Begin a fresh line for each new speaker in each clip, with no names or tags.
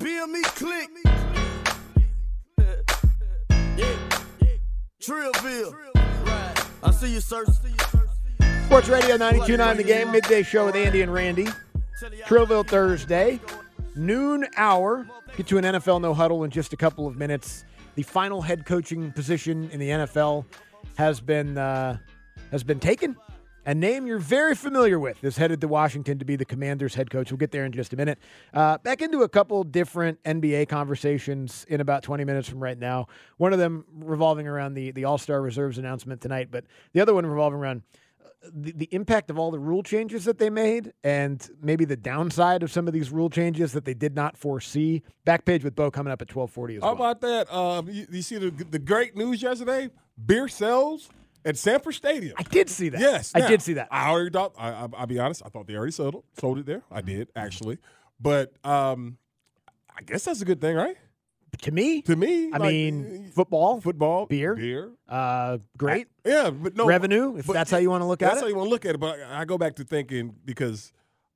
Bill me click. Trillville. I see you, sir.
Sports Radio 929 The Game, midday show with Andy and Randy. Trillville Thursday, noon hour. Get to an NFL no huddle in just a couple of minutes. The final head coaching position in the NFL has been uh, has been taken. A name you're very familiar with is headed to Washington to be the Commanders' head coach. We'll get there in just a minute. Uh, back into a couple different NBA conversations in about 20 minutes from right now. One of them revolving around the the All Star reserves announcement tonight, but the other one revolving around the, the impact of all the rule changes that they made and maybe the downside of some of these rule changes that they did not foresee. Back page with Bo coming up at 1240 as
How
well.
about that? Um, you, you see the, the great news yesterday? Beer sells at Sanford Stadium.
I did see that.
Yes,
I
now,
did see that.
I already thought. I, I, I'll be honest. I thought they already settled, sold it there. I
Mm-hmm.
did actually, but um, I guess that's a good thing, right?
to me,
To me,
I
like,
mean,
uh,
football,
football,
beer.
beer.
uh, great
Yeah, but no
revenue, if
but
that's how you want to look
That's
at
how
it.
you want to look at it. But I I go back to thinking because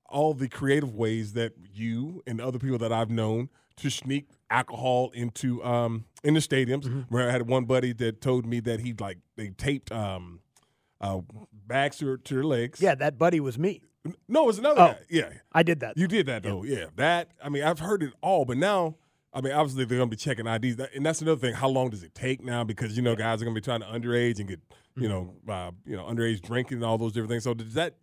all the creative ways that you and other people that I've known to sneak alcohol into um in the stadiums.
Mm-hmm.
Where I had one buddy that told me that he like they taped um uh bags to, to their legs.
Yeah, that buddy was me.
No, it was another
Oh.
guy. Yeah.
I did that.
You did that though, yeah. That I mean, I've heard it all, but now, I mean, obviously they're gonna be checking IDs, That- and that's another thing. How long does it take now? Because you know, guys are gonna be trying to underage and get, you know,
Mm-hmm.
uh, you know, underage drinking and all those different things. So does that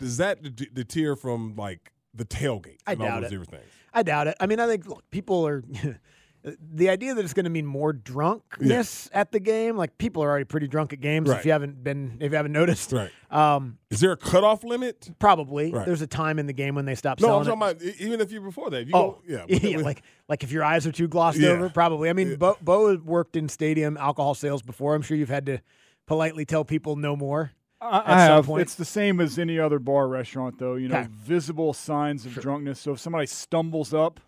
does that d- deter from like the tailgate?
I
and all
doubt
those
it.
different things.
I doubt it. I mean, I think look, people are the idea that it's going to mean more drunkenness at the game. Like people are already pretty drunk at games. If
Right.
you haven't been, if you haven't noticed,
Right?
um,
Is there a cutoff limit?
probably
Right.
there's a time in the game when they stop
No, I'm
selling
talking
it.
about e- even if you before that. You
Oh,
go, yeah,
yeah, like like if your eyes are too glossed
Yeah.
over, probably. I mean, Bo, Bo worked in stadium alcohol sales before. I'm sure you've had to politely tell people no more.
I,
at
I
some
have.
point?
It's the same as any other bar or restaurant, though. You know,
Okay.
visible signs of drunkenness. So if somebody stumbles up,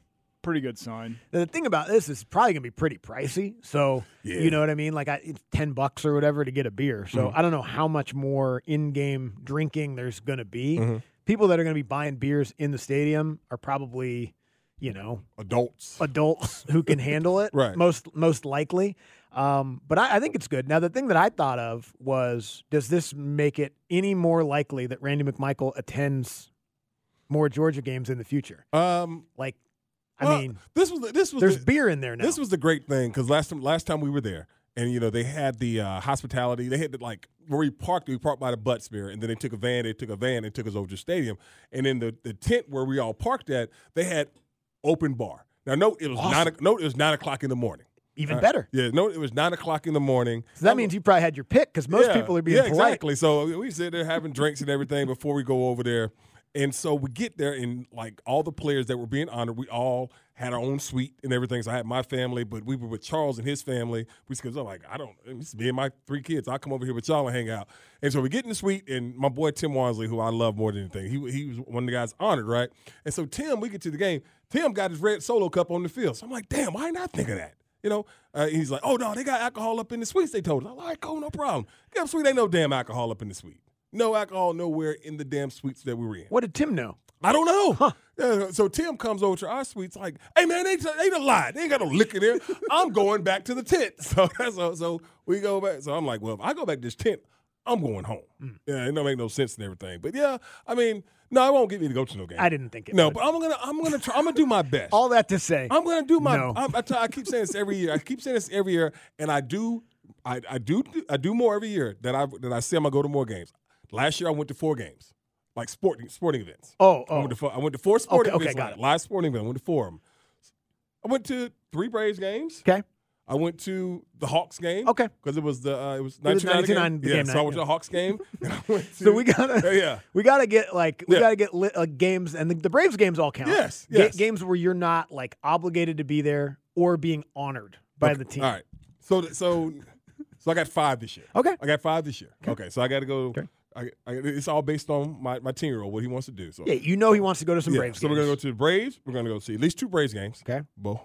pretty good sign.
The thing about this is it's probably gonna be pretty pricey. So
Yeah. Mm-hmm.
you know what I mean? Like I, it's ten bucks or whatever to get a beer. So I don't know how much more in-game drinking there's gonna be.
Mm-hmm.
People that are gonna be buying beers in the stadium are probably, you know,
adults.
Uh, adults who can handle it.
Right.
Most most likely. Um, but I, I think it's good. Now the thing that I thought of was, does this make it any more likely that Randy McMichael attends more Georgia games in the future?
um,
Like, I
well,
mean,
this was the- this was
there's
the-
beer in there now.
This was the great thing because last time last time we were there, and you know they had the uh, hospitality. They had the, like where we parked. We parked by the Butts Beer, and then they took a van. They took a van and took us over to the stadium. And in the, the tent where we all parked at, they had open bar. Now, note it was nine. o- Note it was nine o'clock in the morning.
even better.
Yeah, no, it was nine o'clock in the morning.
So that means you probably had your pick because most
Yeah,
people are being
yeah,
polite.
exactly. So uh, we sit there having drinks and everything before we go over there. And so we get there, and like all the players that were being honored, we all had our own suite and everything. So I had my family, but we were with Charles and his family. We because I'm like, I don't, it's me and my three kids. I will come over here with y'all and hang out. And so we get in the suite, and my boy Tim Wansley, who I love more than anything, he he was one of the guys honored, right? And so Tim, we get to the game. Tim got his red solo cup on the field. So I'm like, damn, why didn't I think of that? You know, uh, he's like, oh no, they got alcohol up in the suites. They told us. I'm like, cool, no problem. Damn suite ain't no damn alcohol up in the suite. No alcohol nowhere in the damn suites that we were in.
What did Tim know?
I don't know. Yeah, so Tim comes over to our suites like, hey man, they they done lied. They ain't got no liquor there. I'm going back to the tent. So so so we go back. So I'm like, well, if I go back to this tent, I'm going home.
Hmm.
Yeah, it don't make no sense and everything. But yeah, I mean, no, it won't get me to go to no game.
I didn't think it
No,
would.
but I'm gonna, I'm gonna, try, I'm gonna do my best.
All that to say,
I'm gonna do my.
No.
I'm- I, tell- I keep saying this every year. I keep saying this every year, and I do, I, I do, I do more every year that I that I say I'm gonna go to more games. Last year I went to four games, like sporting sporting events.
Oh,
I
oh.
went to four, I went to four sporting
okay,
events.
got
like,
it.
Live sporting event. I went to four of 'em. I went to three Braves games.
okay.
I went to the Hawks game.
Okay.
because it was the uh, it was
was
1999
99
Yeah,
game
so
night,
I went to
yeah.
the Hawks game. and I went to,
So we gotta,
Yeah, yeah.
we gotta get like, we
Yeah.
gotta get li- uh, games, and the, the Braves games all count.
Yes,
Ga-
yes.
games where you're not like obligated to be there or being honored by the team.
All right. So th- so so I got five this year.
Okay.
I got five this year. Okay. so I got to go. I, I, it's all based on my my ten year old what he wants to do. So
Yeah, you know he wants to go to some
Yeah,
Braves
So
games.
we're gonna go to the Braves. We're gonna go see at least two Braves games.
Okay.
Bo.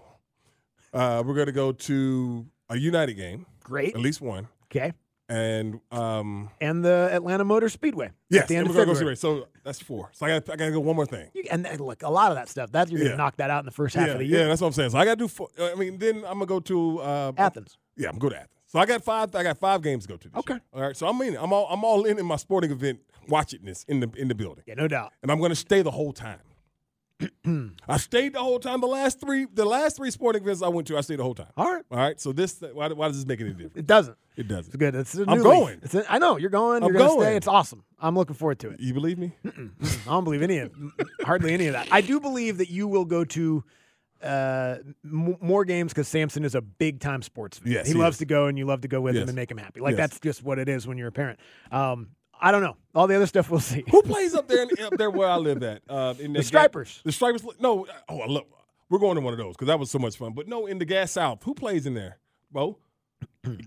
Uh, we're gonna go to a United game.
Great.
At least one.
Okay,
And um,
and the Atlanta Motor Speedway.
yes,
at the end
and
of
we're gonna go see
February.
Braves. So that's four. So I got I gotta go one more thing.
You, and then, look, a lot of that stuff that you're
Yeah.
gonna knock that out in the first half
yeah,
of the
yeah,
year.
that's what I'm saying. So I gotta do. Four, I mean, then I'm gonna go to uh,
Athens.
Yeah, I'm good at Athens. So I got five. I got five games to go to. This
Okay.
year. All right. So I'm in. I'm all. I'm all in in my sporting event watching this in the in the building,
Yeah, no doubt.
and I'm going to stay the whole time. I stayed the whole time. The last three. The last three sporting events I went to, I stayed the whole time.
All right,
All right. So this. Why, why does this make any difference?
it doesn't.
It
It's
doesn't.
good. It's a new
I'm
leaf.
going.
It's a, I know you're going.
I'm
You're gonna
going.
stay. It's awesome. I'm looking forward to it.
You believe me?
I don't believe any of hardly any of that. I do believe that you will go to uh, m- more games because Samson is a big time sports fan.
Yes,
he,
he
loves
is.
to go, and you love to go with him
Yes.
and make him happy. Like
Yes.
that's just what it is when you're a parent. Um, I don't know. All the other stuff we'll see.
Who plays up there? In, up there where I live at? Uh, in
The
that ga-
Stripers.
The Stripers. No. Oh, I love. We're going to one of those because that was so much fun. But no, in the Gas South, who plays in there? Bo.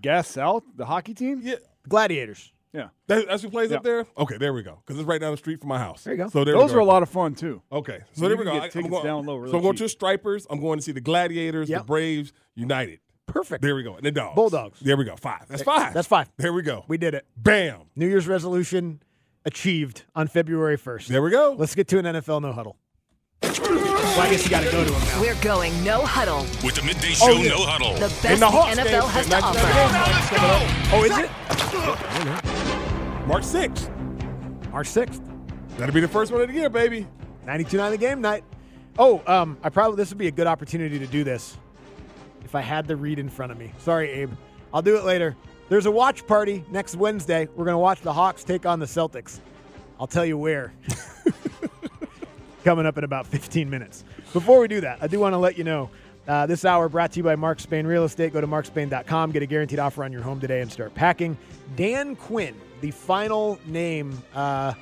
Gas South, the hockey team.
Yeah.
Gladiators.
Yeah,
That, that's who plays up
Yeah.
there. Okay, there we go. Because it's right down the street from my house. There
you go.
So there we
those
go.
are a lot of fun too.
Okay, so
You
there
can
we go.
get
I- I'm
tickets
going,
down low really
so I'm going to the Stripers. I'm going to see the Gladiators, the
Yep.
Braves, United.
Perfect.
There we go. And the Dogs.
Bulldogs.
There we go. Five. That's five.
That's five.
There we go.
We did it.
Bam.
New Year's resolution achieved on February 1st.
There we go.
Let's get to an NFL no huddle. Well, I guess you got to go to him now.
We're going no huddle.
With the midday show,
yeah.
no huddle.
The best
And
the,
Hawks
NFL
game
has
is
to offer.
1999.
Oh, is it?
March 6th.
March 6th.
That'll be the first one of the year, baby.
92.9 the game night. Oh, um, I probably this would be a good opportunity to do this if I had the read in front of me. Sorry, Abe. I'll do it later. There's a watch party next Wednesday. We're gonna watch the Hawks take on the Celtics. I'll tell you where. Coming up in about 15 minutes. Before we do that, I do want to let you know uh, this hour brought to you by Mark Spain Real Estate. Go to markspain.com, get a guaranteed offer on your home today, and start packing. Dan Quinn, the final name. Uh,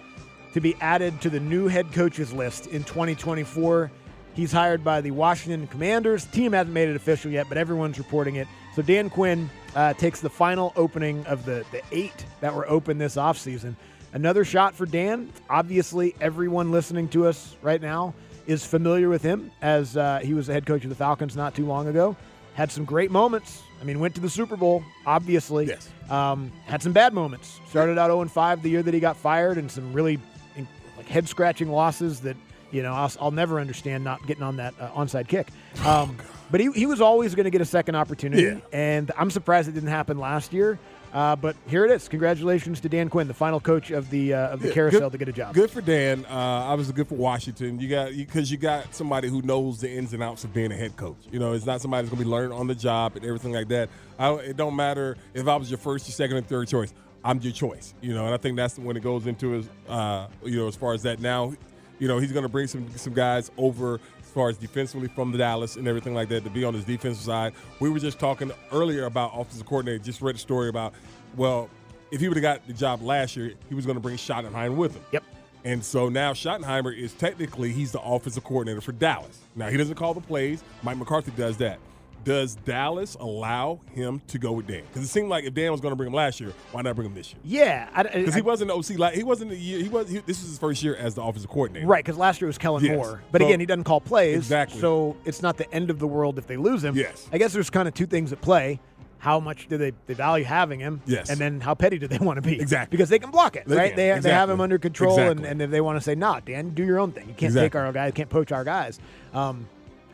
to be added to the new head coaches list in 2024. He's hired by the Washington Commanders. Team hasn't made it official yet, but everyone's reporting it. So Dan Quinn uh, takes the final opening of the, the eight that were open this offseason. Another shot for Dan. Obviously, everyone listening to us right now is familiar with him as uh, he was the head coach of the Falcons not too long ago. Had some great moments. I mean, went to the Super Bowl, obviously.
Yes.
Um, had some bad moments. Started out 0 5 the year that he got fired, and some really in, like head scratching losses that you know I'll, I'll never understand not getting on that uh, onside kick. Um, but he, he was always going to get a second opportunity,
Oh, Yeah.
and I'm surprised it didn't happen last year. Uh, but here it is. Congratulations to Dan Quinn, the final coach of the uh, of the carousel,
good-
to get a job.
Good for Dan. Uh, obviously, good for Washington. You got because you got somebody who knows the ins and outs of being a head coach. You know, it's not somebody that's going to be learned on the job and everything like that. I, don't- it don't matter if I was your first, your second, and third choice. I'm your choice. You know, and I think that's when it goes into his. Uh, you know, as far as that now, you know, he's going to bring some some guys over as far as defensively from the Dallas and everything like that to be on his defensive side. We were just talking earlier about offensive coordinator. Just read a story about well. If he would have got the job last year, he was going to bring Schottenheim with him.
Yep.
And so now Schottenheimer is technically he's the offensive coordinator for Dallas. Now he doesn't call the plays. Mike McCarthy does that. Does Dallas allow him to go with Dan? Because it seemed like if Dan was going to bring him last year, why not bring him this year?
Yeah, I, I-
Because he
I-
wasn't the OC. Like he wasn't the year. He was. He, this is his first year as the offensive coordinator.
right because last year was Kellen
Yes.
Moore, but
So-
again he doesn't call plays,
Exactly.
So it's not the end of the world if they lose him.
Yes.
I guess there's kind of two things at play. How much do they, they value having him?
Yes.
And then how petty do they want to be?
Exactly.
Because they can block it,
They
right?
can.
They, they have
Exactly.
him under control, and,
Exactly.
and if they want to say, nah, Dan, do your own thing. You can't take
Exactly.
our guys, can't poach our guys. Um,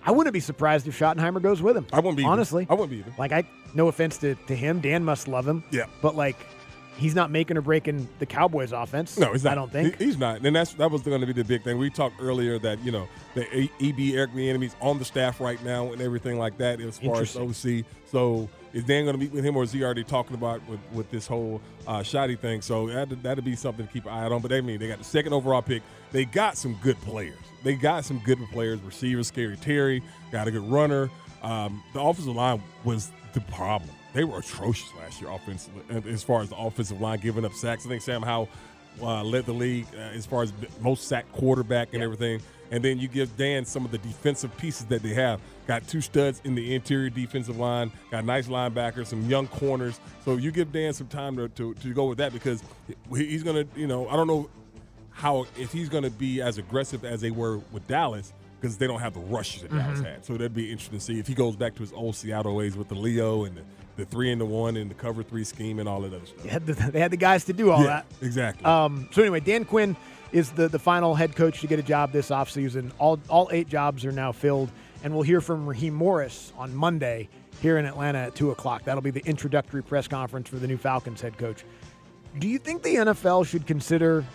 I wouldn't be surprised if Schottenheimer goes with him.
I wouldn't be either.
Honestly.
I wouldn't be either.
Like, I no offense to, to him. Dan must love him.
Yeah.
But, like, he's not making or breaking the Cowboys' offense.
No, he's not.
I don't think.
He- he's not. And that's that was going to be the big thing. We talked earlier that you know the A- EB Eric Bieniemy's on the staff right now and everything like that as far as OC. So is Dan going to meet with him or is he already talking about with, with this whole uh, shoddy thing? So that that'd be something to keep an eye out on. But they mean they got the second overall pick. They got some good players. They got some good players. Receivers, Scary Terry got a good runner. Um, the offensive line was the problem. They were atrocious last year, offensively, uh, as far as the offensive line giving up sacks. I think Sam Howell uh, led the league uh, as far as the most sack quarterback and everything. And then you give Dan some of the defensive pieces that they have. Got two studs in the interior defensive line, got nice linebackers, some young corners. So you give Dan some time to, to, to go with that because he- he's going to, you know, I don't know how if he's going to be as aggressive as they were with Dallas because they don't have the rush that Dallas
Mm-hmm.
had. So that'd be interesting to see if he goes back to his old Seattle ways with the Leo and the, the three and the one and the cover three scheme and all that other stuff.
They had the, they had the guys to do all
Yeah,
that.
exactly.
Um, so anyway, Dan Quinn is the, the final head coach to get a job this offseason. All, all eight jobs are now filled, and we'll hear from Raheem Morris on Monday here in Atlanta at 2 o'clock. That'll be the introductory press conference for the new Falcons head coach. Do you think the NFL should consider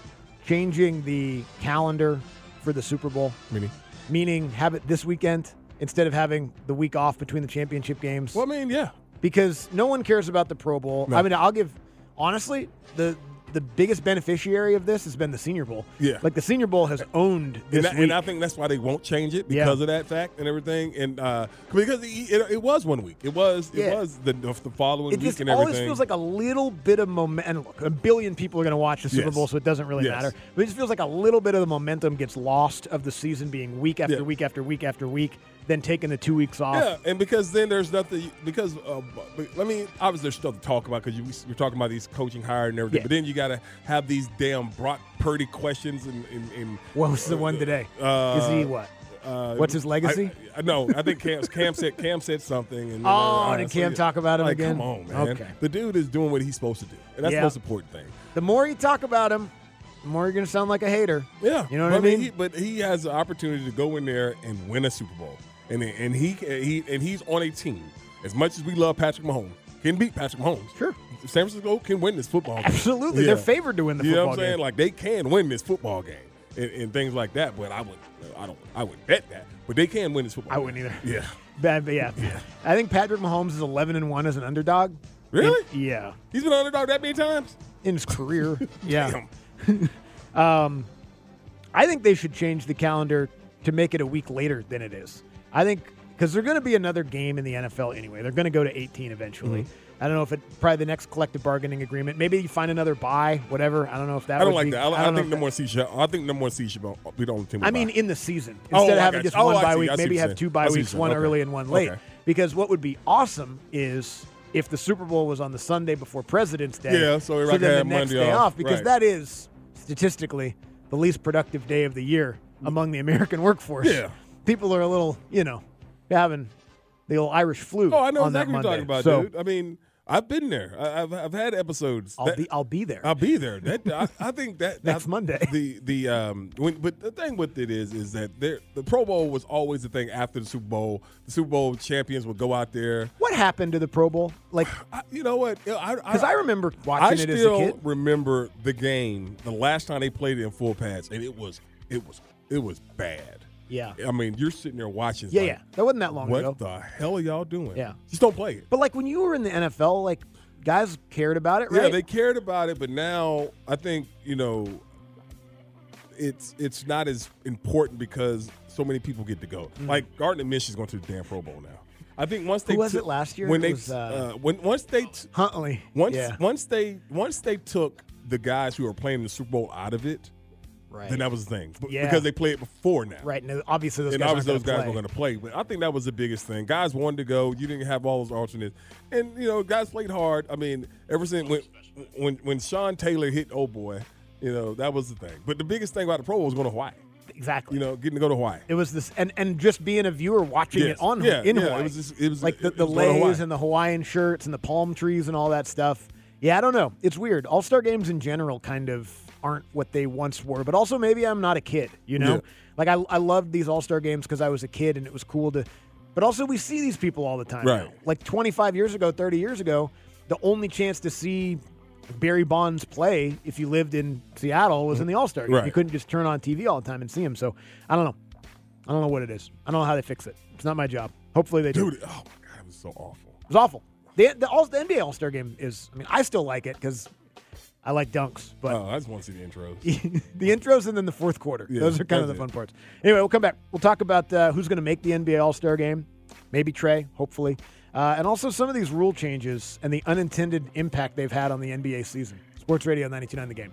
changing the calendar for the Super Bowl?
Meaning?
Meaning have it this weekend instead of having the week off between the championship games?
well, I mean, yeah,
because no one cares about the Pro Bowl.
No.
I mean, I'll give honestly the the biggest beneficiary of this has been the Senior Bowl.
Yeah.
like the Senior Bowl has owned this
and, I-
week.
and I think that's why they won't change it
Yeah.
because of that fact and everything, and uh, because it, it, it was one week, it was it
Yeah.
was the, the following
it
week
just
and
always
everything.
feels like a little bit of momentum. And look, a billion people are going to watch the Super
Yes.
Bowl, so it doesn't really
Yes.
matter. But it just feels like a little bit of the momentum gets lost of the season being week after
Yeah.
week after week after week, then taking the two weeks off.
Yeah, and because then there's nothing because uh, b- I mean obviously there's stuff to talk about because you, you're talking about these coaching hire and everything,
Yeah.
but then you got to have these damn Brock Purdy questions and, and, and
What was the one today?
Uh,
Is he what?
uh,
What's his legacy?
I, I, no, I think Cam, Cam said Cam said something. And,
Oh, did Cam
yeah.
talk about him
Like,
again?
Come on, man.
Okay.
The dude is doing what he's supposed to do, and that's
Yeah.
the most important thing.
The more you talk about him, the more you're going to sound like a hater.
Yeah,
you know what
But
I mean.
He, but he has the opportunity to go in there and win a Super Bowl, and and he he and he's on a team. As much as we love Patrick Mahomes, can beat Patrick Mahomes.
Sure.
San Francisco can win this football. game.
Absolutely, they're favored to win the
You know
football
what I'm saying?
game.
Like they can win this football game and, and things like that. But I would, I don't, I would bet that. But they can win this football.
I
game.
wouldn't either.
Yeah.
Bad, but yeah. I think Patrick Mahomes is 11 and 1 as an underdog.
Really?
In- yeah.
He's been underdog that many times.
In his career. yeah. Um,
Damn.
I think they should change the calendar to make it a week later than it is. I think because they're going to be another game in the NFL anyway. They're going to go to 18 eventually.
Mm-hmm.
I don't know if it probably the next collective bargaining agreement. Maybe you find another buy, whatever. I don't know if that.
I don't
would
like
be-
that. I, I,
don't know if
think no
that-
more C. I think no more C. Be the only team.
I
we
mean,
buy.
in the season,
Oh,
instead of
I
having
got you.
just
Oh,
one
I
bye
see.
week,
I see
maybe
what
have
you're
two
saying.
bye
I see what
weeks,
you're
one
saying.
early
Okay.
and one late.
Okay.
Because what would be awesome is if the Super Bowl was on the Sunday before President's Day.
Yeah, so
so
everybody
then the
had
next
Monday
day
off.
off, because
Right.
that is statistically the least productive day of the year among the American workforce.
Yeah.
people are a little, you know, having the old Irish flu.
Oh, I know
on that
exactly what you're talking
Monday.
about,
so
dude. I mean, I've been there. I, I've I've had episodes.
I'll
that-
be I'll be there.
I'll be there. That I, I think that
Next
that-
Monday.
The the um when but the thing with it is is that there the Pro Bowl was always the thing after the Super Bowl. The Super Bowl champions would go out there.
what happened to the Pro Bowl? Like,
I, you know what? Because
'Cause I remember watching
I
it as a
still
kid.
remember the game the last time they played it in full pads, and it was it was it was bad.
Yeah.
I mean, you're sitting there watching. it's
yeah,
like,
yeah, that wasn't that long
What
ago.
the hell are y'all doing?
Yeah.
just don't play it.
But like when you were in the NFL, like guys cared about it, right?
Yeah, they cared about it, but now I think you know it's it's not as important because so many people get to go. Like Gardner Minshew is going to the damn Pro Bowl now. I think once they
Mm. Who was
took-
it last year?
when
It
they
was, uh,
uh, when once they t-
Huntley.
once
yeah.
once they once they took the guys who are playing the Super Bowl out of it,
right.
then that was the thing B-
Yeah.
because they played before now.
right. No, obviously those
And
guys.
obviously, those
aren't
guys
gonna
were going to play, but I think that was the biggest thing. Guys wanted to go. You didn't have all those alternates, and you know, guys played hard. I mean, ever since when when when Sean Taylor hit Oh Boy, you know, that was the thing. But the biggest thing about the Pro Bowl was going to Hawaii.
play. exactly.
You know, getting to go to Hawaii.
it was this, and and just being a viewer watching
Yes.
it on
Yeah,
in
yeah,
Hawaii.
it was just- it was-
like the,
it
the
was going to
lays
Hawaii.
and the Hawaiian shirts and the palm trees and all that stuff. Yeah, I don't know. It's weird. All star games in general kind of aren't what they once were, but also maybe I'm not a kid. You know,
Yeah.
like I I loved these all star games because I was a kid and it was cool to. But also, we see these people all the time. now.
Right.
Like 25 years ago, 30 years ago, the only chance to see Barry Bonds play if you lived in Seattle was in the All Star game.
Right.
You couldn't just turn on TV all the time and see him. So I don't know. I don't know what it is. I don't know how they fix it. It's not my job. Hopefully they do.
Dude,
It
oh my god, it was so awful.
was awful. The, the, all, the NBA All Star game is. I mean, I still like it because I like dunks, but
Oh, I just want to see the intros.
the intros and then the fourth quarter.
Yeah,
Those are kind of
that's
the
it.
fun parts. Anyway, we'll come back. We'll talk about uh, who's going to make the NBA All Star game. Maybe Trey, hopefully. Uh, and also some of these rule changes and the unintended impact they've had on the NBA season. Sports Radio 92.9 The Game.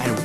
and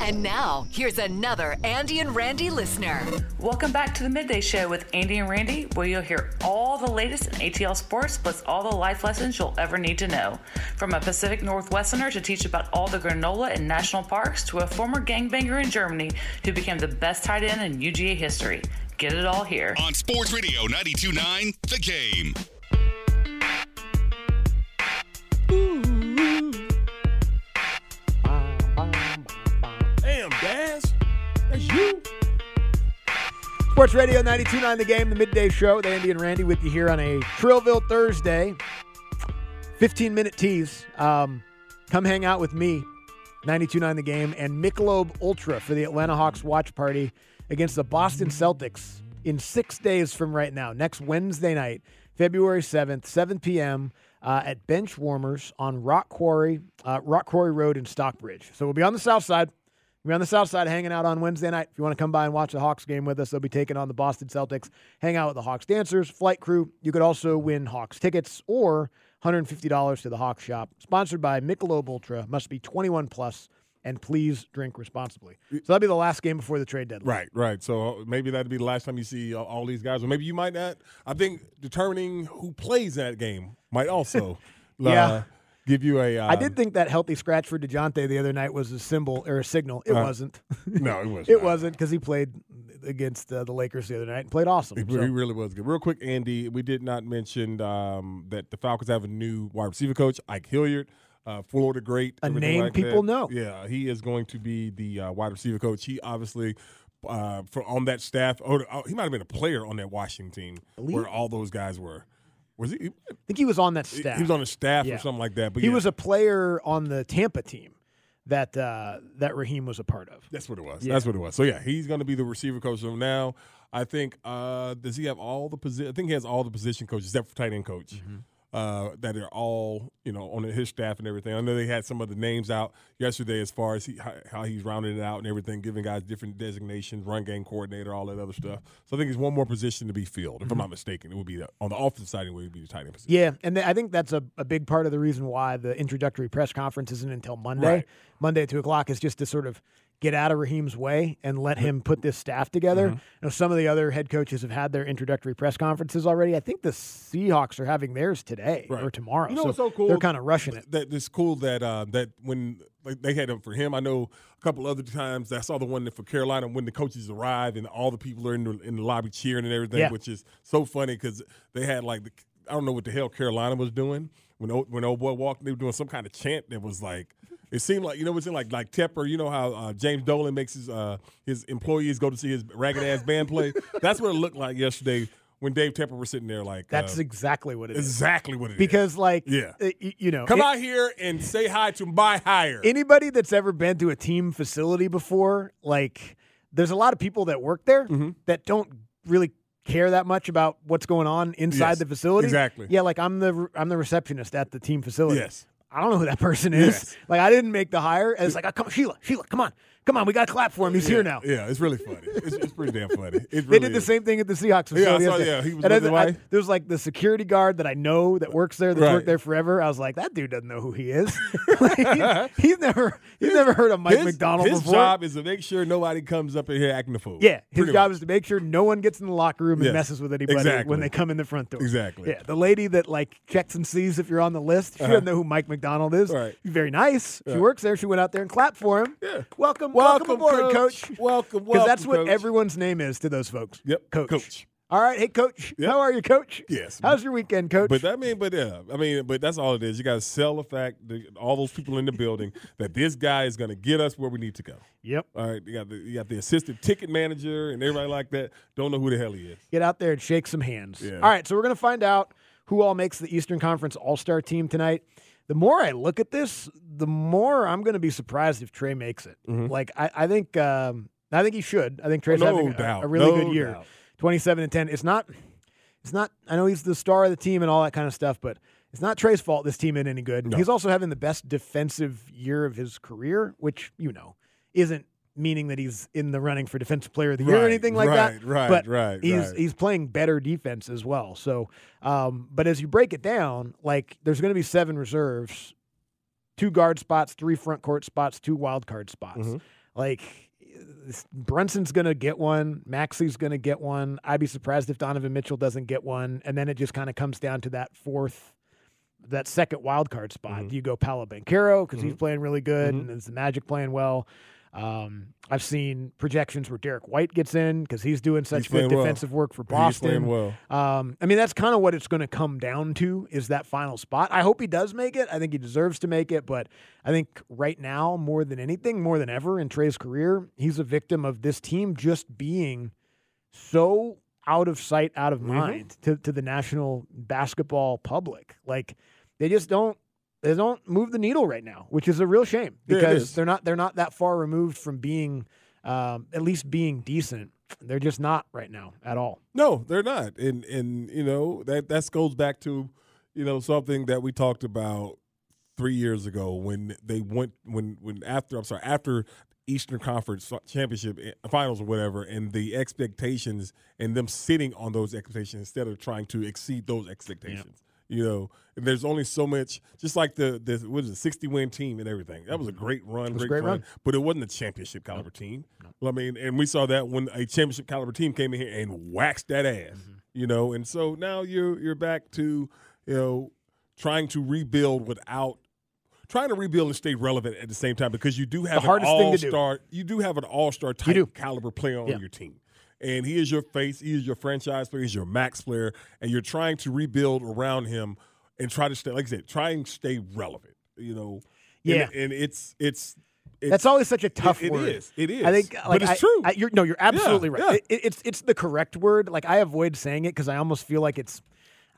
And now, here's another Andy and Randy listener.
Welcome back to the Midday Show with Andy and Randy, where you'll hear all the latest in ATL sports, plus all the life lessons you'll ever need to know. From a Pacific Northwesterner to teach about all the granola in national parks, to a former gangbanger in Germany who became the best tight end in UGA history. Get it all here.
On Sports Radio 92.9, The Game.
Damn, Daz, that's you.
Sports Radio 92.9 The Game, the midday show with Andy and Randy with you here on a Trillville Thursday. 15 minute tease. Um, come hang out with me, 92.9 The Game, and Michelob Ultra for the Atlanta Hawks watch party against the Boston Celtics in six days from right now, next Wednesday night, February 7th, 7 p.m. Uh, at Bench Warmers on Rock Quarry, uh, Rock Quarry Road in Stockbridge. So we'll be on the south side. We're on the south side hanging out on Wednesday night. If you want to come by and watch the Hawks game with us, they'll be taking on the Boston Celtics. Hang out with the Hawks dancers, flight crew. You could also win Hawks tickets or $150 to the Hawks shop. Sponsored by Michelob Ultra. Must be 21 plus, and please drink responsibly. So that'll be the last game before the trade deadline.
Right, right. So uh, maybe that'd be the last time you see uh, all these guys, or maybe you might not. I think determining who plays that game might also, uh,
Yeah.
give you a. Uh,
I did think that healthy scratch for DeJounte the other night was a symbol or a signal. It
Uh,
wasn't.
No, it was.
It
not.
wasn't because he played against uh, the Lakers the other night and played awesome.
He,
So-
he really was good. Real quick, Andy, we did not mention um, that the Falcons have a new wide receiver coach, Ike Hilliard, uh, Florida great.
A
everything
name
like
people
that.
know.
Yeah, he is going to be the uh, wide receiver coach. He obviously. Uh, for on that staff, oh, oh, he might have been a player on that Washington team where all those guys were. Was he?
I think he was on that
He,
staff.
he was on the staff
Yeah.
or something like that. But
he
yeah,
was a player on the Tampa team that uh, that Raheem was a part of.
That's what it was. That's what it was. So yeah, he's going to be the receiver coach from now. I think uh, does he have all the position? I think he has all the position coaches except for tight end coach.
Mm-hmm.
Uh, that are all you know on his staff and everything. I know they had some of the names out yesterday as far as he, how, how he's rounding it out and everything, giving guys different designations, run game coordinator, all that other stuff. So I think there's one more position to be filled.
Mm-hmm.
If I'm not mistaken, it would be the, on the offensive side. It would be the tight end position.
Yeah, and th- I think that's a, a big part of the reason why the introductory press conference isn't until Monday.
Right.
Monday at 2 o'clock is just to sort of get out of Raheem's way and let him put this staff together.
Mm-hmm.
You know, some of the other head coaches have had their introductory press conferences already. I think the Seahawks are having theirs today
Right.
or tomorrow.
You know what's so cool?
They're kind of rushing it.
That it's cool that uh, that when like, they had them for him, I know a couple other times I saw the one for Carolina when the coaches arrived and all the people are in the, in the lobby cheering and everything,
Yeah.
which is so funny because they had like the, I don't know what the hell Carolina was doing when old, when old boy walked. They were doing some kind of chant that was like. It seemed like you know it's in like like Tepper. You know how uh, James Dolan makes his uh, his employees go to see his ragged ass band play. That's what it looked like yesterday when Dave Tepper was sitting there like
That's
uh,
exactly what it is.
exactly what it is
Because, like,
Yeah.
uh, y- you know,
Come
it-
out here and say hi to my hire.
anybody that's ever been to a team
Mm-hmm.
facility before, like there's a lot of people that work there that don't really care that much about what's going on inside
Yes,
the facility.
exactly.
Yeah, like I'm the I'm the receptionist at the team facility.
Yes.
I don't know who that person is.
Yes.
Like I didn't make the hire. And it's like, oh, come Sheila, Sheila, come on, come on, we got to clap for him. He's here now.
Yeah, it's really funny. It's, it's pretty damn funny. It
they
really
did the
is.
same thing at the Seahawks.
Yeah, I
facility
saw-
yesterday.
yeah, he
And
was with
I-
the
I-
wife.
There was like the security guard that I know that works there, that's
Right.
worked there forever. I was like, that dude doesn't know who he is. Like, he- he's never, he's never heard of Mike
his,
McDonald
His
before.
job is to make sure nobody comes up in here acting a fool.
yeah, his
Pretty
job
much.
is to make sure no one gets in the locker room and
Yes,
messes with anybody
exactly.
when they come in the front door.
Exactly.
Yeah, the lady that like checks and sees if you're on the list, she
Uh-huh.
doesn't know who Mike McDonald is.
Right.
She's very nice. She
Yeah.
works there. She went out there and clapped for him.
Yeah.
Welcome, welcome,
Welcome,
aboard,
coach.
coach.
Welcome,
Because that's
welcome,
what
coach.
everyone's name is to those folks.
Yep.
coach.
Coach.
All right, hey coach, how are you, coach?
Yes.
How's your weekend, coach?
But I mean, but yeah, I mean, but that's all it is. You got to sell the fact that all those people in the building that this guy is going to get us where we need to go.
Yep.
All right. You got the you got the assistant ticket manager and everybody like that. Don't know who the hell he is.
Get out there and shake some hands.
Yeah.
All right, so we're going to find out who all makes the Eastern Conference All Star team tonight. The more I look at this, the more I'm going to be surprised if Trey makes it. Like I, I think, um, I think he should. I think Trey's
Mm-hmm. Oh, no
having a-
doubt.
A, really
No
good year.
doubt.
27 and 10. It's not. It's not. I know he's the star of the team and all that kind of stuff, but it's not Trey's fault this team isn't any good.
No.
He's also having the best defensive year of his career, which you know isn't meaning that he's in the running for defensive player of the year or
Right,
anything like
right,
that.
right,
but
right,
He's
right.
he's playing better defense as well. So, um, but as you break it down, like there's going to be seven reserves, two guard spots, three front court spots, two wild card spots.
Mm-hmm.
Like this- Brunson's going to get one, Maxey's going to get one. I'd be surprised if Donovan Mitchell doesn't get one, and then it just kind of comes down to that fourth. That second wild card spot,
Mm-hmm.
Do you go Paolo Banquero because he's playing really good, and is the Magic playing well. Um, I've seen projections where Derek White gets in because he's doing such
He's
good
playing well.
defensive work for
He's playing
Boston.
well.
Um, I mean, that's kind of what it's going to come down to is that final spot. I hope he does make it. I think he deserves to make it, but I think right now, more than anything, more than ever in Trey's career, he's a victim of this team just being so out of sight, out
Mm-hmm.
of mind to, to the national basketball public. Like they just don't they don't move the needle right now, which is a real shame
Yeah, it
because
is.
they're not they're not that far removed from being um, at least being decent. They're just not right now at all.
No, they're not. And and you know that that goes back to you know something that we talked about three years ago when they went when when after I'm sorry after Eastern Conference Championship eh, Finals or whatever, and the expectations and them sitting on those expectations instead of trying to exceed those expectations. You know, and there's only so much. Just like the the what is it, 60 win team and everything. That was a great run,
Mm-hmm. was a
great,
great run.
but it wasn't a championship caliber team. Well, I mean, and we saw that when a championship caliber team came in here and waxed that ass,
Mm-hmm.
you know. And so now you're you're back to you know trying to rebuild without trying to rebuild and stay relevant at the same time because you do have an
hardest thing to do.
all-star. You do have an all-star
do.
type caliber player on
Yeah.
your team. And he is your face, he is your franchise player, he's your max player, and you're trying to rebuild around him and try to stay like I said, try and stay relevant, you know.
Yeah.
And, and it's it's it's
That's always such a tough
it- it
word.
is. It is.
I think,
But
like,
it's
I-
true.
I- you're, no, you're absolutely
Yeah,
right. It, it's it's the correct word. Like I avoid saying it because I almost feel like it's.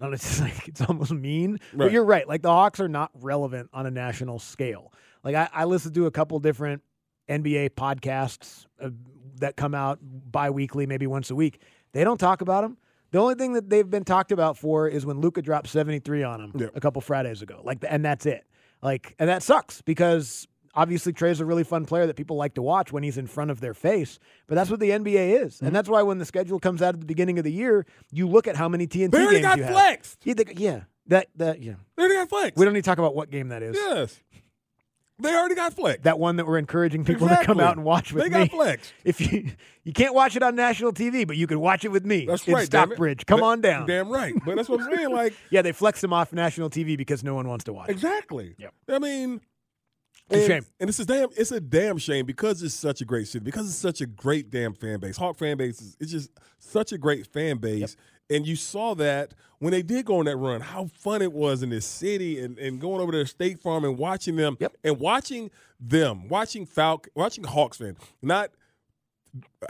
I don't know, it's just like it's almost mean. But
Right.
you're right. Like the Hawks are not relevant on a national scale. Like I, I listened to a couple different NBA podcasts uh, that come out bi-weekly, maybe once a week. They don't talk about them. The only thing that they've been talked about for is when Luca dropped 73 on him
Yeah.
a couple Fridays ago. Like, and that's it. Like, and that sucks because obviously Trey's a really fun player that people like to watch when he's in front of their face. But that's what the NBA is,
Mm-hmm.
and that's why when the schedule comes out at the beginning of the year, you look at how many TNT
They already
games
got
you have.
flexed.
You think, yeah, that that yeah.
They already got flexed.
We don't need to talk about what game that is.
yes. They already got flexed.
That one that we're encouraging people to come
Exactly.
out and watch with
They
me.
got flexed.
If you you can't watch it on national TV, but you can watch it with me.
That's
in
right. damn it.
Stockbridge. Come
That-
on down.
Damn right. But that's what I'm saying. Like
Yeah, they flex them off national TV because no one wants to watch. it.
Exactly.
Yep.
I mean,
It's a
and,
shame.
and it's a damn, it's a damn shame because it's such a great city, because it's such a great damn fan base. Hawk fan base is it's just such a great fan base, and you saw that when they did go on that run, how fun it was in this city, and, and going over to State Farm and watching them,
Yep.
and watching them, watching Falc, watching Hawks fan, not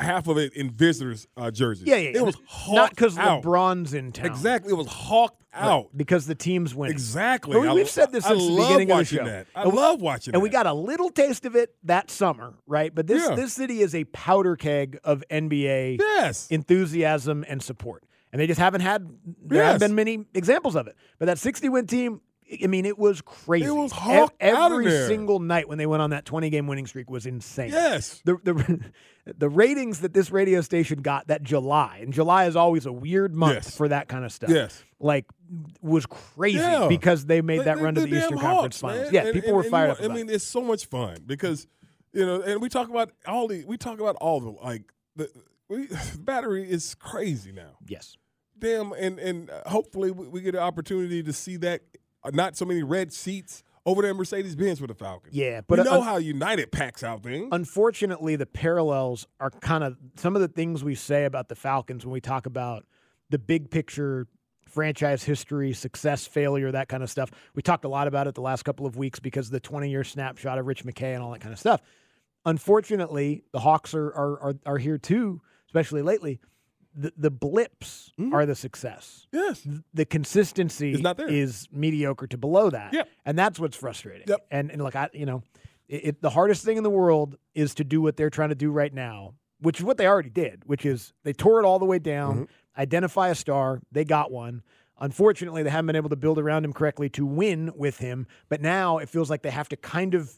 half of it in visitors' uh, jerseys.
Yeah, yeah.
It was hawked
not because
out.
LeBron's in town.
Exactly, it was hawked out
because the team's winning.
Exactly.
But we-
I-
we've said this
I
since the
love
beginning of the
watching
show.
that. I
And we-
love watching
And we got a little taste of it that summer, right? But this
Yeah.
this city is a powder keg of NBA
yes.
enthusiasm and support, and they just haven't had there
Yes.
haven't been many examples of it. But that sixty win team. I mean, it was crazy.
was
Ev-
hawked out of
every
there.
single night when they went on that twenty-game winning streak was insane.
Yes.
the, the the ratings that this radio station got that July, and July is always a weird month
Yes.
for that kind of stuff.
Yes.
like was crazy
Yeah.
because they made
The-
that
the-
run to the
damn
Eastern Conference
Hawks,
Finals.
man.
Yeah,
And-
people
and-
were
and you
fired
know,
up. About
I mean,
it.
it's so much fun because you know, and we talk about all the we talk about all the like the we, battery is crazy now.
yes,
Damn, and and uh, hopefully we, we get an opportunity to see that uh, not so many red seats over there in Mercedes Benz with the Falcons.
yeah, but uh,
we know
un-
how United packs out things.
unfortunately, the parallels are kind of some of the things we say about the Falcons when we talk about the big picture, franchise history, success, failure, that kind of stuff. We talked a lot about it the last couple of weeks because of the 20 year snapshot of Rich McKay and all that kind of stuff. Unfortunately, the Hawks are are are, are here too, especially lately. The, the blips are the success.
yes.
the consistency
It's not there.
is mediocre to below that.
Yep.
And that's what's frustrating.
Yep.
And and look, I you know, it, it, the hardest thing in the world is to do what they're trying to do right now, which is what they already did, which is they tore it all the way down,
Mm-hmm.
identify a star, they got one. Unfortunately, they haven't been able to build around him correctly to win with him, but now it feels like they have to kind of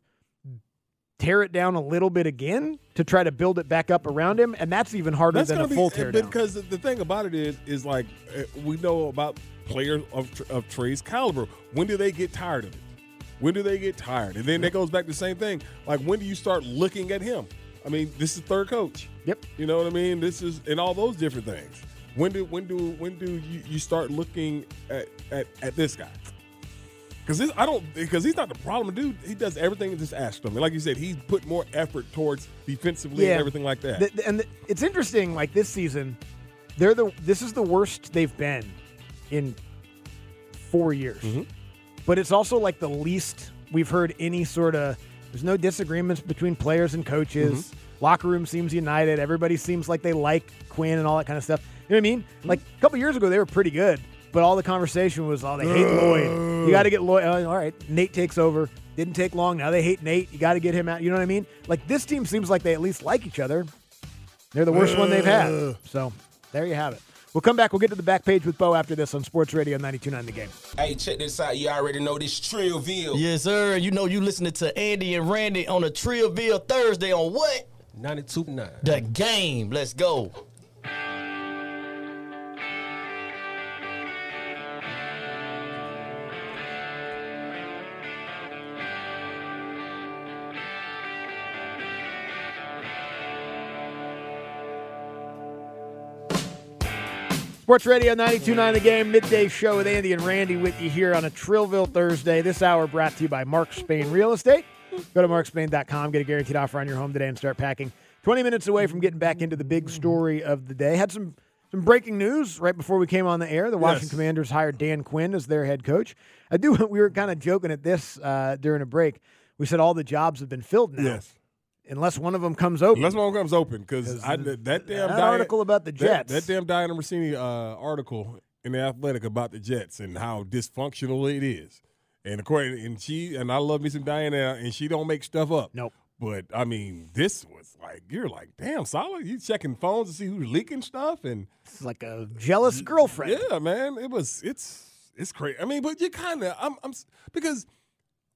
tear it down a little bit again to try to build it back up around him, and that's even harder than a
gonna
full tear down.
Because the- the thing about it is, is like uh, we know about players of Tr- of Trey's caliber. When do they get tired of it? When do they get tired? And then that goes back to the same thing. Like when do you start looking at him? I mean, this is third coach.
Yep.
You know what I mean? This is and all those different things. When do when do when do you, you start looking at at, at this guy? Because I don't because he's not the problem, dude. He does everything that's asked of him. And Like you said, he's put more effort towards defensively and everything like that.
The- the- and the, it's interesting. Like this season, they're the this is the worst they've been in four years.
Mm-hmm.
But it's also like the least we've heard any sort of. There's no disagreements between players and coaches. Locker room seems united. Everybody seems like they like Quinn and all that kind of stuff. You know what I mean? Like a couple years ago, they were pretty good, but all the conversation was, "Oh, they hate Lloyd. You got to get Lloyd." Oh, all right, Nate takes over. Didn't take long. Now they hate Nate. You got to get him out. You know what I mean? Like this team seems like they at least like each other. They're the worst one they've had. So there you have it. We'll come back. We'll get to the back page with Bo after this on Sports Radio 92.9 The Game.
Hey, check this out. You already know this Trillville.
Yes, sir. You know you listening to Andy and Randy on a Trillville Thursday on what?
92.9.
The game. Let's go.
Sports Radio 92.9 The Game, midday show with Andy and Randy with you here on a Trillville Thursday. This hour brought to you by Mark Spain Real Estate. Go to markspain.com, get a guaranteed offer on your home today, and start packing. 20 minutes away from getting back into the big story of the day. Had some, some breaking news right before we came on the air. The Washington Commanders hired Dan Quinn as their head coach. I do. We were kind of joking at this uh, during a break. We said all the jobs have been filled now.
Yes.
Unless one of them comes open.
Unless one comes open, because that damn
that
Dian-
article about the
that-
Jets.
that, damn Diana Rossini uh, article in the Athletic about the Jets and how dysfunctional it is, and according and she and I love me some Diana, and she don't make stuff up.
Nope.
But I mean, this was like you're like damn solid. You checking phones to see who's leaking stuff, and
it's like a jealous girlfriend.
Yeah, man, it was it's it's crazy. I mean, but you kind of I'm I'm s- because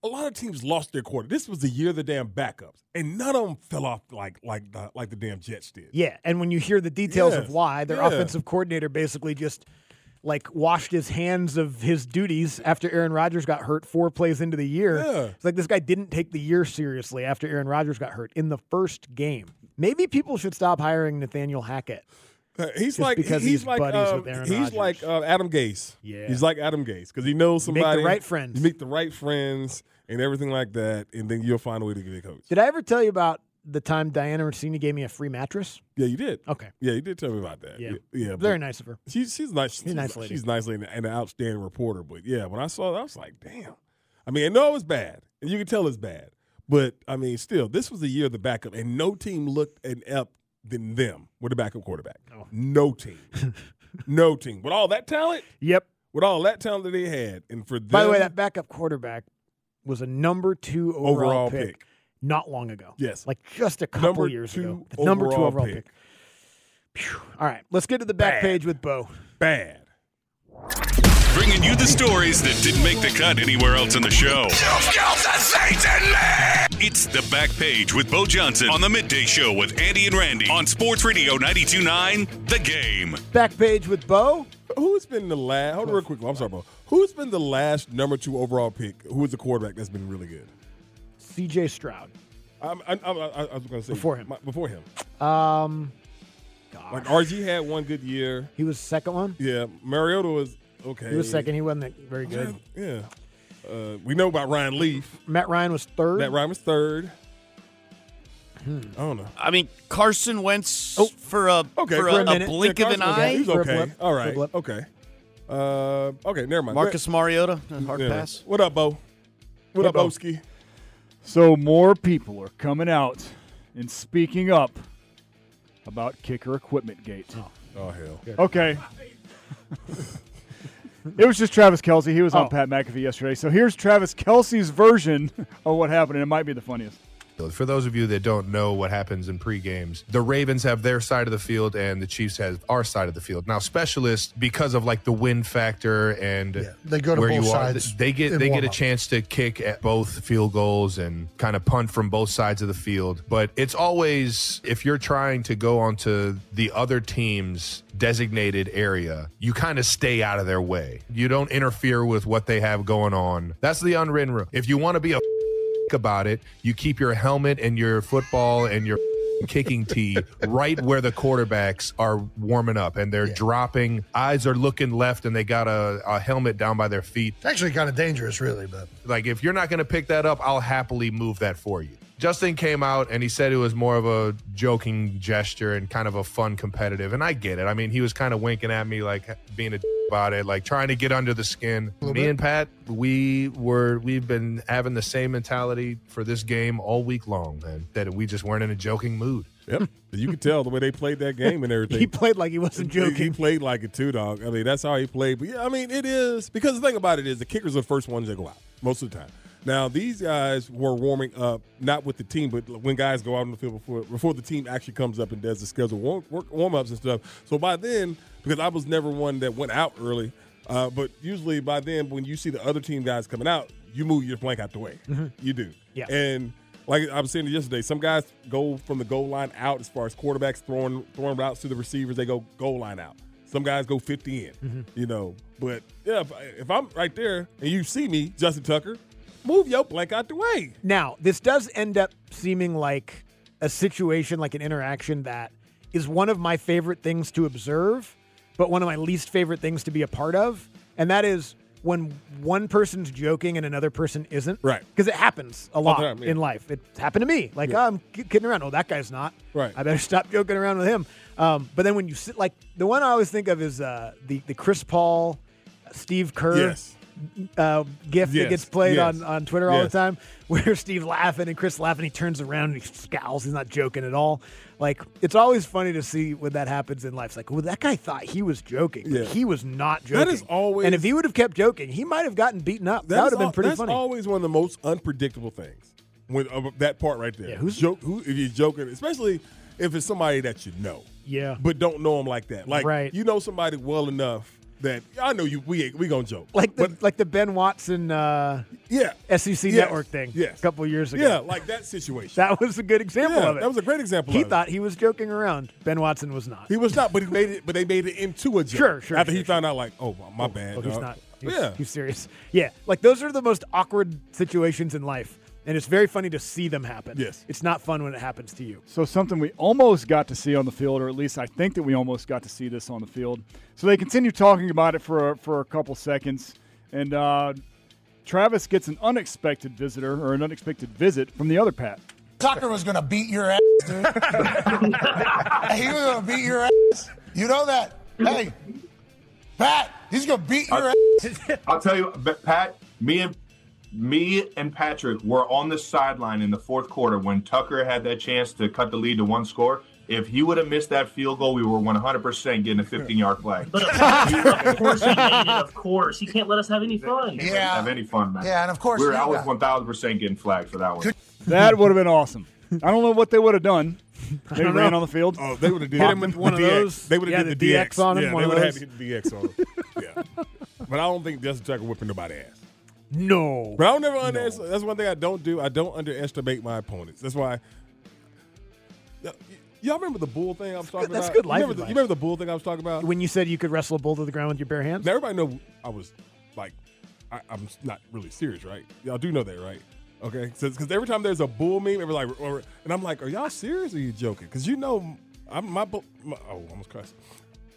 a lot of teams lost their quarter. This was the year of the damn backups, and none of them fell off like like the, like the damn Jets did.
Yeah, and when you hear the details
Yes,
of why, their
yeah.
offensive coordinator basically just like washed his hands of his duties after Aaron Rodgers got hurt four plays into the year.
Yeah.
It's like this guy didn't take the year seriously after Aaron Rodgers got hurt in the first game. Maybe people should stop hiring Nathaniel Hackett.
Uh, He's
Just
like
because
he's,
he's
like
buddies
um,
with Aaron
he's
Rodgers.
like uh, Adam Gase.
Yeah.
he's like Adam Gase because he knows
You make the
somebody.
right friends.
You make the right friends and everything like that, and then you'll find a way to get a coach.
Did I ever tell you about the time Diana Rossini gave me a free mattress?
Yeah, you did.
Okay.
Yeah, you did tell me about that.
Yeah.
Yeah, yeah but
Very nice of her.
She, she's nice. She's,
nice lady.
She's nice lady and an outstanding reporter. But yeah, when I saw that, I was like, damn. I mean, I know it was bad, and you can tell it's bad. But I mean, still, this was the year of the backup, and no team looked and up than them with a backup quarterback.
Oh.
No team. no team. With all that talent?
Yep.
With all that talent that they had. And for them,
By the way, that backup quarterback was a number two overall,
Overall
pick,
pick.
not long ago.
Yes.
Like just a couple
Number
years
two
ago. The number two
overall
overall pick.
pick.
Phew. All right, let's get to the back page with Bo.
Bad.
Bringing you the stories that didn't make the cut anywhere else in the show. It's the back page with Bo Johnson on the midday show with Andy and Randy on Sports Radio 92.9 The Game.
Back page with Bo.
Who's been the last? Hold on, real quick. I'm sorry, Bo. Who's been the last number two overall pick? Who was the quarterback that's been really good?
CJ Stroud.
I'm, I'm, I'm, I I was going to say
Before him.
my- before him,
Um,
like RG had one good year.
he was second one.
Yeah, Mariota was okay.
He was second. He wasn't that very good.
Yeah, uh, we know about Ryan Leaf.
Matt Ryan was third. Hmm.
That Ryan was third. I don't know.
I mean, Carson Wentz
Oh.
for uh, a
Okay,
for, a, a blink of an eye.
He's okay. All right. Okay. Uh, okay. Never mind.
Marcus
Go
Mariota,
ahead.
hard
Yeah.
pass.
What up, Bo? What
Hey,
up,
Bo.
Boski?
So more people are coming out and speaking up about kicker equipment gate.
Oh hell.
Okay. it was just Travis Kelsey. He was
Oh.
on Pat McAfee yesterday. So here's Travis Kelsey's version of what happened, and it might be the funniest.
For those of you that don't know what happens in pre games, the Ravens have their side of the field and the Chiefs has our side of the field. Now, specialists because of like the win factor and
they go to
where
both
you are,
sides
they get
in
they get a
warm-up.
chance to kick at both field goals and kind of punt from both sides of the field. But it's always if you're trying to go onto the other team's designated area, you kind of stay out of their way. You don't interfere with what they have going on. That's the unwritten rule. If you want to be a about it, you keep your helmet and your football and your kicking tee right where the quarterbacks are warming up and they're dropping. Eyes are looking left and they got a, a helmet down by their feet.
It's actually kind of dangerous, really, but
Like, if you're not going to pick that up, I'll happily move that for you. Justin came out and he said it was more of a joking gesture and kind of a fun competitive. And I get it. I mean, he was kind of winking at me, like being a d- about it, like trying to get under the skin. Me and Pat, we were, we've been having the same mentality for this game all week long, man, that we just weren't in a joking mood.
Yep. You could tell the way they played that game and everything.
He played like he wasn't
He- He
joking.
played like it too, dog. I mean, that's how he played. But yeah, I mean, it is because the thing about it is the kickers are the first ones that go out most of the time. Now these guys were warming up not with the team, but when guys go out on the field before before the team actually comes up and does the schedule warm, work, warm ups and stuff. So by then, because I was never one that went out early, uh, but usually by then when you see the other team guys coming out, you move your flank out the way.
Mhm.
You do.
Yeah.
And like I was saying yesterday, some guys go from the goal line out as far as quarterbacks throwing throwing routes to the receivers. They go goal line out. Some guys go 50 in,
Mhm.
you know. But yeah, if, if I'm right there and you see me, Justin Tucker, move your blank out the way.
Now, this does end up seeming like a situation, like an interaction that is one of my favorite things to observe, but one of my least favorite things to be a part of. And that is when one person's joking and another person isn't.
Right.
Because it happens a
All the
lot
time, yeah.
in life. It happened to me. Like,
Yeah.
oh, I'm ki- kidding around. Oh, that guy's not.
Right.
I better stop joking around with him. Um, but then when you sit, like, the one I always think of is uh, the, the Chris Paul, uh, Steve Kerr
Yes.
uh, gif that
Yes,
gets played
yes,
on, on Twitter all
yes.
the time where Steve laughing and Chris laughing. He turns around and he scowls. He's not joking at all. Like, it's always funny to see when that happens in life. It's like, well, that guy thought he was joking. but
Yeah.
he was not joking.
That is always-
And if he would have kept joking, he might have gotten beaten up. That, would
is
have been
al-
pretty
that's
funny.
always one of the most unpredictable things. When of that part right there, who's joke? Who if you're joking, especially if it's somebody that you know,
Yeah.
but don't know them like that. Like
Right.
you know somebody well enough that I know you. We ain't- we gonna joke.
Like the, like the Ben Watson uh,
yeah.
SEC
Yes,
network thing
yes.
a couple years ago.
Yeah, like that situation.
That was a good example
Yeah,
of it.
that was a great example
He
of it.
thought he was joking around. Ben Watson was not.
He was not, but he made it. But they made it into a joke.
Sure, sure,
After he
sure,
found out, like, oh, my bad.
Oh, he's
dog.
not. He's,
yeah,
he's serious. Yeah, like those are the most awkward situations in life, and it's very funny to see them happen. Yes, it's not fun when it happens to you.
So something we almost got to see on the field, or at least I think that we almost got to see this on the field. So they continue talking about it for a, for a couple seconds, and uh, Travis gets an unexpected visitor or an unexpected visit from the other Pat.
Tucker was going to beat your ass, dude. he was going to beat your ass. You know that. Hey, Pat, he's going to beat your ass.
I'll tell you, but Pat, me and me and Patrick were on the sideline in the fourth quarter when Tucker had that chance to cut the lead to one score,
If he would have missed that field goal, we were 100% getting a 15 yard flag.
But of course, he made it. Of course, he can't let us have any fun.
Can't have any fun, man.
Yeah, and of course
we were,
you
I was
got-
1,000% getting flagged for that one.
That would have been awesome. I don't know what they would have done. They
don't
ran
know.
on the field.
Oh, they would have
Hit him with one of
those.
They would have
Yeah,
did
the
the
DX on him,
Yeah,
one
they
of
would have
those.
had the DX on him. yeah, but I don't think Justin Tucker whipping nobody's ass.
No.
But I don't never underestimate. That's one thing I don't do. I don't underestimate my opponents. That's why. Y- Y'all remember the bull thing I was talking
that's
about?
good
You
life
remember the-
advice.
you remember the bull thing I was talking about?
When you said you could wrestle a bull to the ground with your bare hands?
Now everybody know I was like, I, I'm not really serious, right? Y'all do know that, right? Okay, because every time there's a bull meme, everybody like, or- and I'm like, are y'all serious or you joking? Because you know, I'm my, bull, my oh, I almost cussed.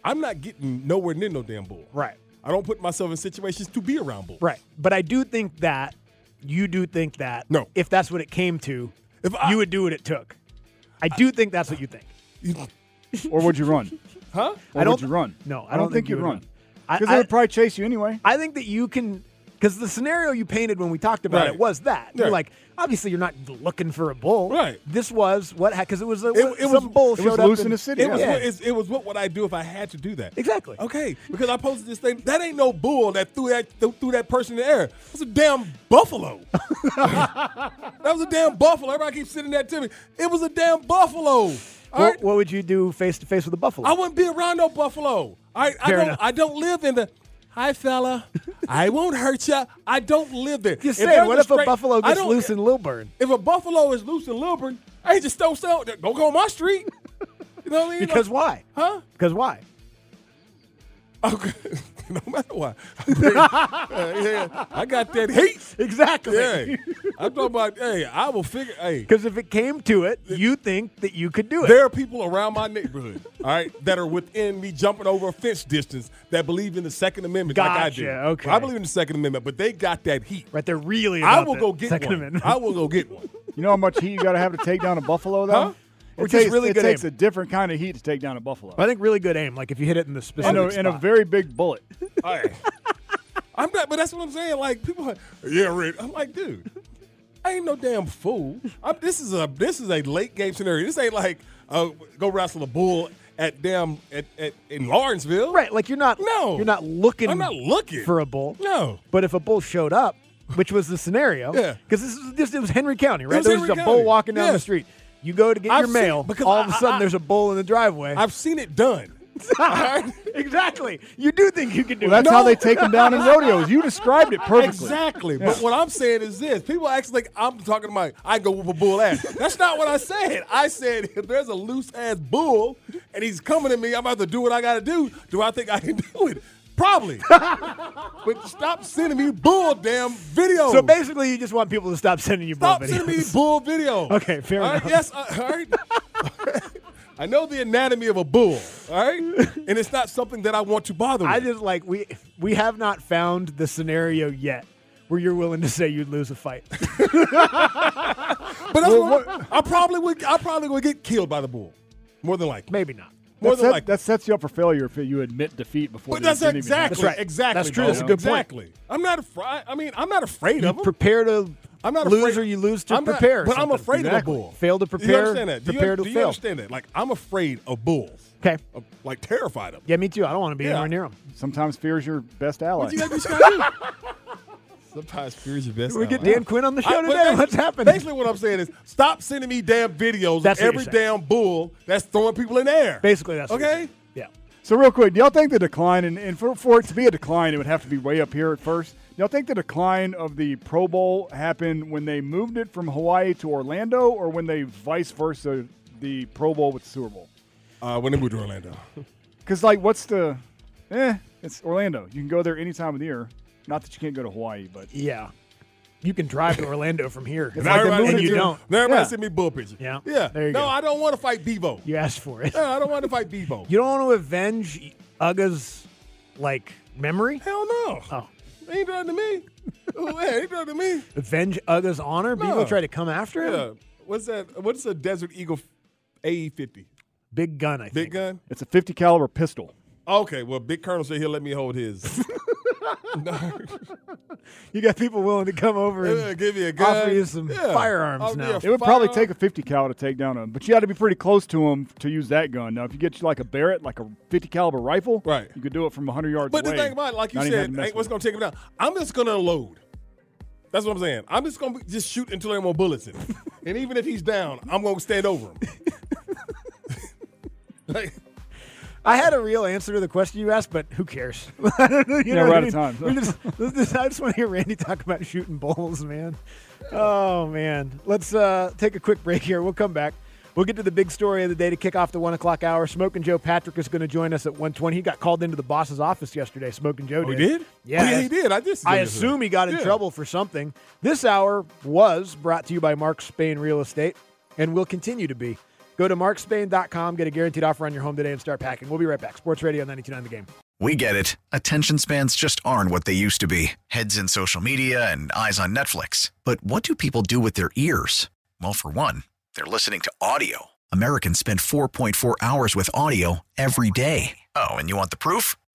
I'm not getting nowhere near no damn bull.
Right.
I don't put myself in situations to be around bull.
Right. But I do think that you do think that no. if that's what it came to,
if
you would do what it took. I do think that's what you think.
or would you run?
Huh?
Or
I don't
would you run?
No, I
I don't
don't
think
think you
you'd
would
run.
run. I-
Because they
I-
would probably chase you anyway.
I think that you can because the scenario you painted when we talked about
Right.
it was that you're
Right.
like obviously you're not looking for a bull
right
this was what because it was a,
It, it
some
was
bull showed up
It was,
Yeah.
what, it's- it was what would I do if I had to do that?
Exactly.
Okay, because I posted this thing. That ain't no bull that threw that threw that person in the air. That's a damn buffalo. that was a damn buffalo. Everybody keeps sending that to me. It was a damn buffalo. All right,
what, what would you do face to face with a buffalo
I wouldn't be around no buffalo. I I
Fair
don't
enough.
I don't live in the. Hi fella, I won't hurt ya. I don't live there.
just
If
saying
there's
what if a
straight-
buffalo
I
gets
don't-
loose in Lilburn
If a buffalo is loose in Lilburn, I just don't sell. Don't go on my street. You know what I mean?
because why
Huh?
because why
no matter what. Uh, yeah, I got that heat.
Exactly.
Yeah. I'm talking about, hey, I will figure, hey.
because if it came to it you think that you could do it
There are people around my neighborhood, all right, that are within me jumping over a fence distance that believe in the Second Amendment like I do.
Gotcha, okay.
I believe in the Second Amendment, but they got that heat.
Right, they're really
I
about
will
the
go get
Second
one.
Amendment.
I will go get one.
You know how much heat you got to have to take down a buffalo, though?
Huh?
It
Which is
takes,
really
it
good
takes
aim.
a different kind of heat to take down a buffalo.
I think really good aim like if you hit it in the specific
And a,
spot.
and a very big bullet.
I'm not, but that's what I'm saying. Like people, are, yeah, Rick. I'm like, dude, I ain't no damn fool. I'm, this is a this is a late game scenario. This ain't like uh, go wrestle a bull at damn at, at in Lawrenceville.
Right, like you're not.
No,
you're not looking.
I'm not looking
for a bull.
No.
but if a bull showed up, which was the scenario,
Yeah.
because this is this it was Henry County, right?
was
there was
Henry
a bull
County.
walking down
Yeah.
the street. You go to get
I've
your
seen-
mail,
because
all of a
I- I-
sudden
I-
there's a bull in the driveway.
I've seen it done.
exactly. You do think you can do
Well, that's
it.
how they take them down in rodeos. You described it perfectly.
Exactly.
Yeah.
But what I'm saying is this: people actually think I'm talking about I go whoop a bull ass. That's not what I said. I said if there's a loose ass bull and he's coming at me, I'm about to do what I got to do. Do I think I can do it? Probably. but stop sending me bull damn videos.
So basically, you just want people to stop sending you
stop
bull
sending me
videos.
bull videos.
Okay, fair
All right,
enough.
yes. I, all right. I know the anatomy of a bull. All right, and it's not something that I want to bother. with.
I just like we we have not found the scenario yet where you're willing to say you'd lose a fight.
But that's what, I probably would. I probably would get killed by the bull, more than likely.
Maybe not.
More
that,
than
set-
likely.
that sets you up for failure if you admit defeat before.
But
the
that's
incident even
exactly
happens.
exactly.
You know?
exactly. I'm not afraid. I mean, I'm not afraid of
You
them.
prepare to
I'm not
lose
afraid.
or you lose to
I'm not-
prepare. or
but I'm
something.
afraid of a bull.
Fail to
Do you
prepare.
understand that? Do you-
Prepare
do
to
you
fail.
understand that? Like I'm afraid of bulls.
Okay.
I'm, like terrified of. them.
Yeah, me too. I don't want to be
Yeah.
anywhere near him.
Sometimes fear is your best ally.
What you gotta be scared of? Sometimes fear's your best.
Did we get
ally.
Dan Quinn on the show
I- but
today?
basically-
What's happening?
Basically, what I'm saying is, stop sending me damn videos
That's
of
what you're
every
saying.
damn bull that's throwing people in the air.
Basically, that's what you're
okay.
saying. Yeah.
So real quick, do y'all think the decline and, and for, for it to be a decline, it would have to be way up here at first. Do y'all think the decline of the Pro Bowl happened when they moved it from Hawaii to Orlando, or when they vice versa the Pro Bowl with the Super Bowl?
Uh, when they moved to Orlando.
Because like, what's the? Eh, it's Orlando. You can go there any time of the year. Not that you can't go to Hawaii, but
Yeah. You can drive to Orlando from here.
It's like the
everybody
movie
and
sent
you
me-
don't.
now Everybody
Yeah.
send me bull pictures.
Yeah.
Yeah.
There you
no,
go.
I don't want to fight Bebo.
You asked for it.
No, I don't want to fight Bebo.
You don't want to avenge Uga's like memory?
Hell no.
Oh.
They ain't done to me. Oh, hey, ain't done to me.
Avenge Uga's honor?
No.
Beagle tried to come after him?
Yeah. What's that? What's a Desert Eagle A50?
Big gun, I think.
Big gun?
it's a 50 caliber pistol.
Okay, well, Big Colonel said he'll let me hold his.
you got people willing to come over and
Yeah, give you a
offer
gun.
you some
Yeah.
firearms
I'll be
now.
a
It would probably
firearm.
take a 50 cal to take down a, but you had to be pretty close to him to use that gun. Now, if you get you like a Barrett, like a 50 caliber rifle, right. you could do it from 100 yards
But
away.
the thing about it, like you
not even having
said,
to mess
ain't
with
what's gonna take him down. I'm just gonna unload. That's what I'm saying. I'm just gonna be- just shoot until there ain't more bullets in him. and even if he's down, I'm gonna stand over him.
I had a real answer to the question you asked, but who cares? I don't know, you
Yeah,
know
we're
what
out
I mean?
of time, so.
We just, let's just- I just want to hear Randy talk about shooting bowls, man. Oh man, let's uh, take a quick break here. We'll come back. We'll get to the big story of the day to kick off the one o'clock hour. Smoke and Joe Patrick is going to join us at one twenty. He got called into the boss's office yesterday. Smoke and Joe
Oh, he
did.
did?
Yeah,
Oh, yeah, he did. I just
I
noticed that.
assume he got in
Yeah.
trouble for something. This hour was brought to you by Mark Spain Real Estate and will continue to be. Go to markspain.com, get a guaranteed offer on your home today, and start packing. We'll be right back. Sports Radio 929 The Game.
We get it. Attention spans just aren't what they used to be heads in social media and eyes on Netflix. But what do people do with their ears? Well, for one, they're listening to audio. Americans spend 4.4 hours with audio every day. Oh, and you want the proof?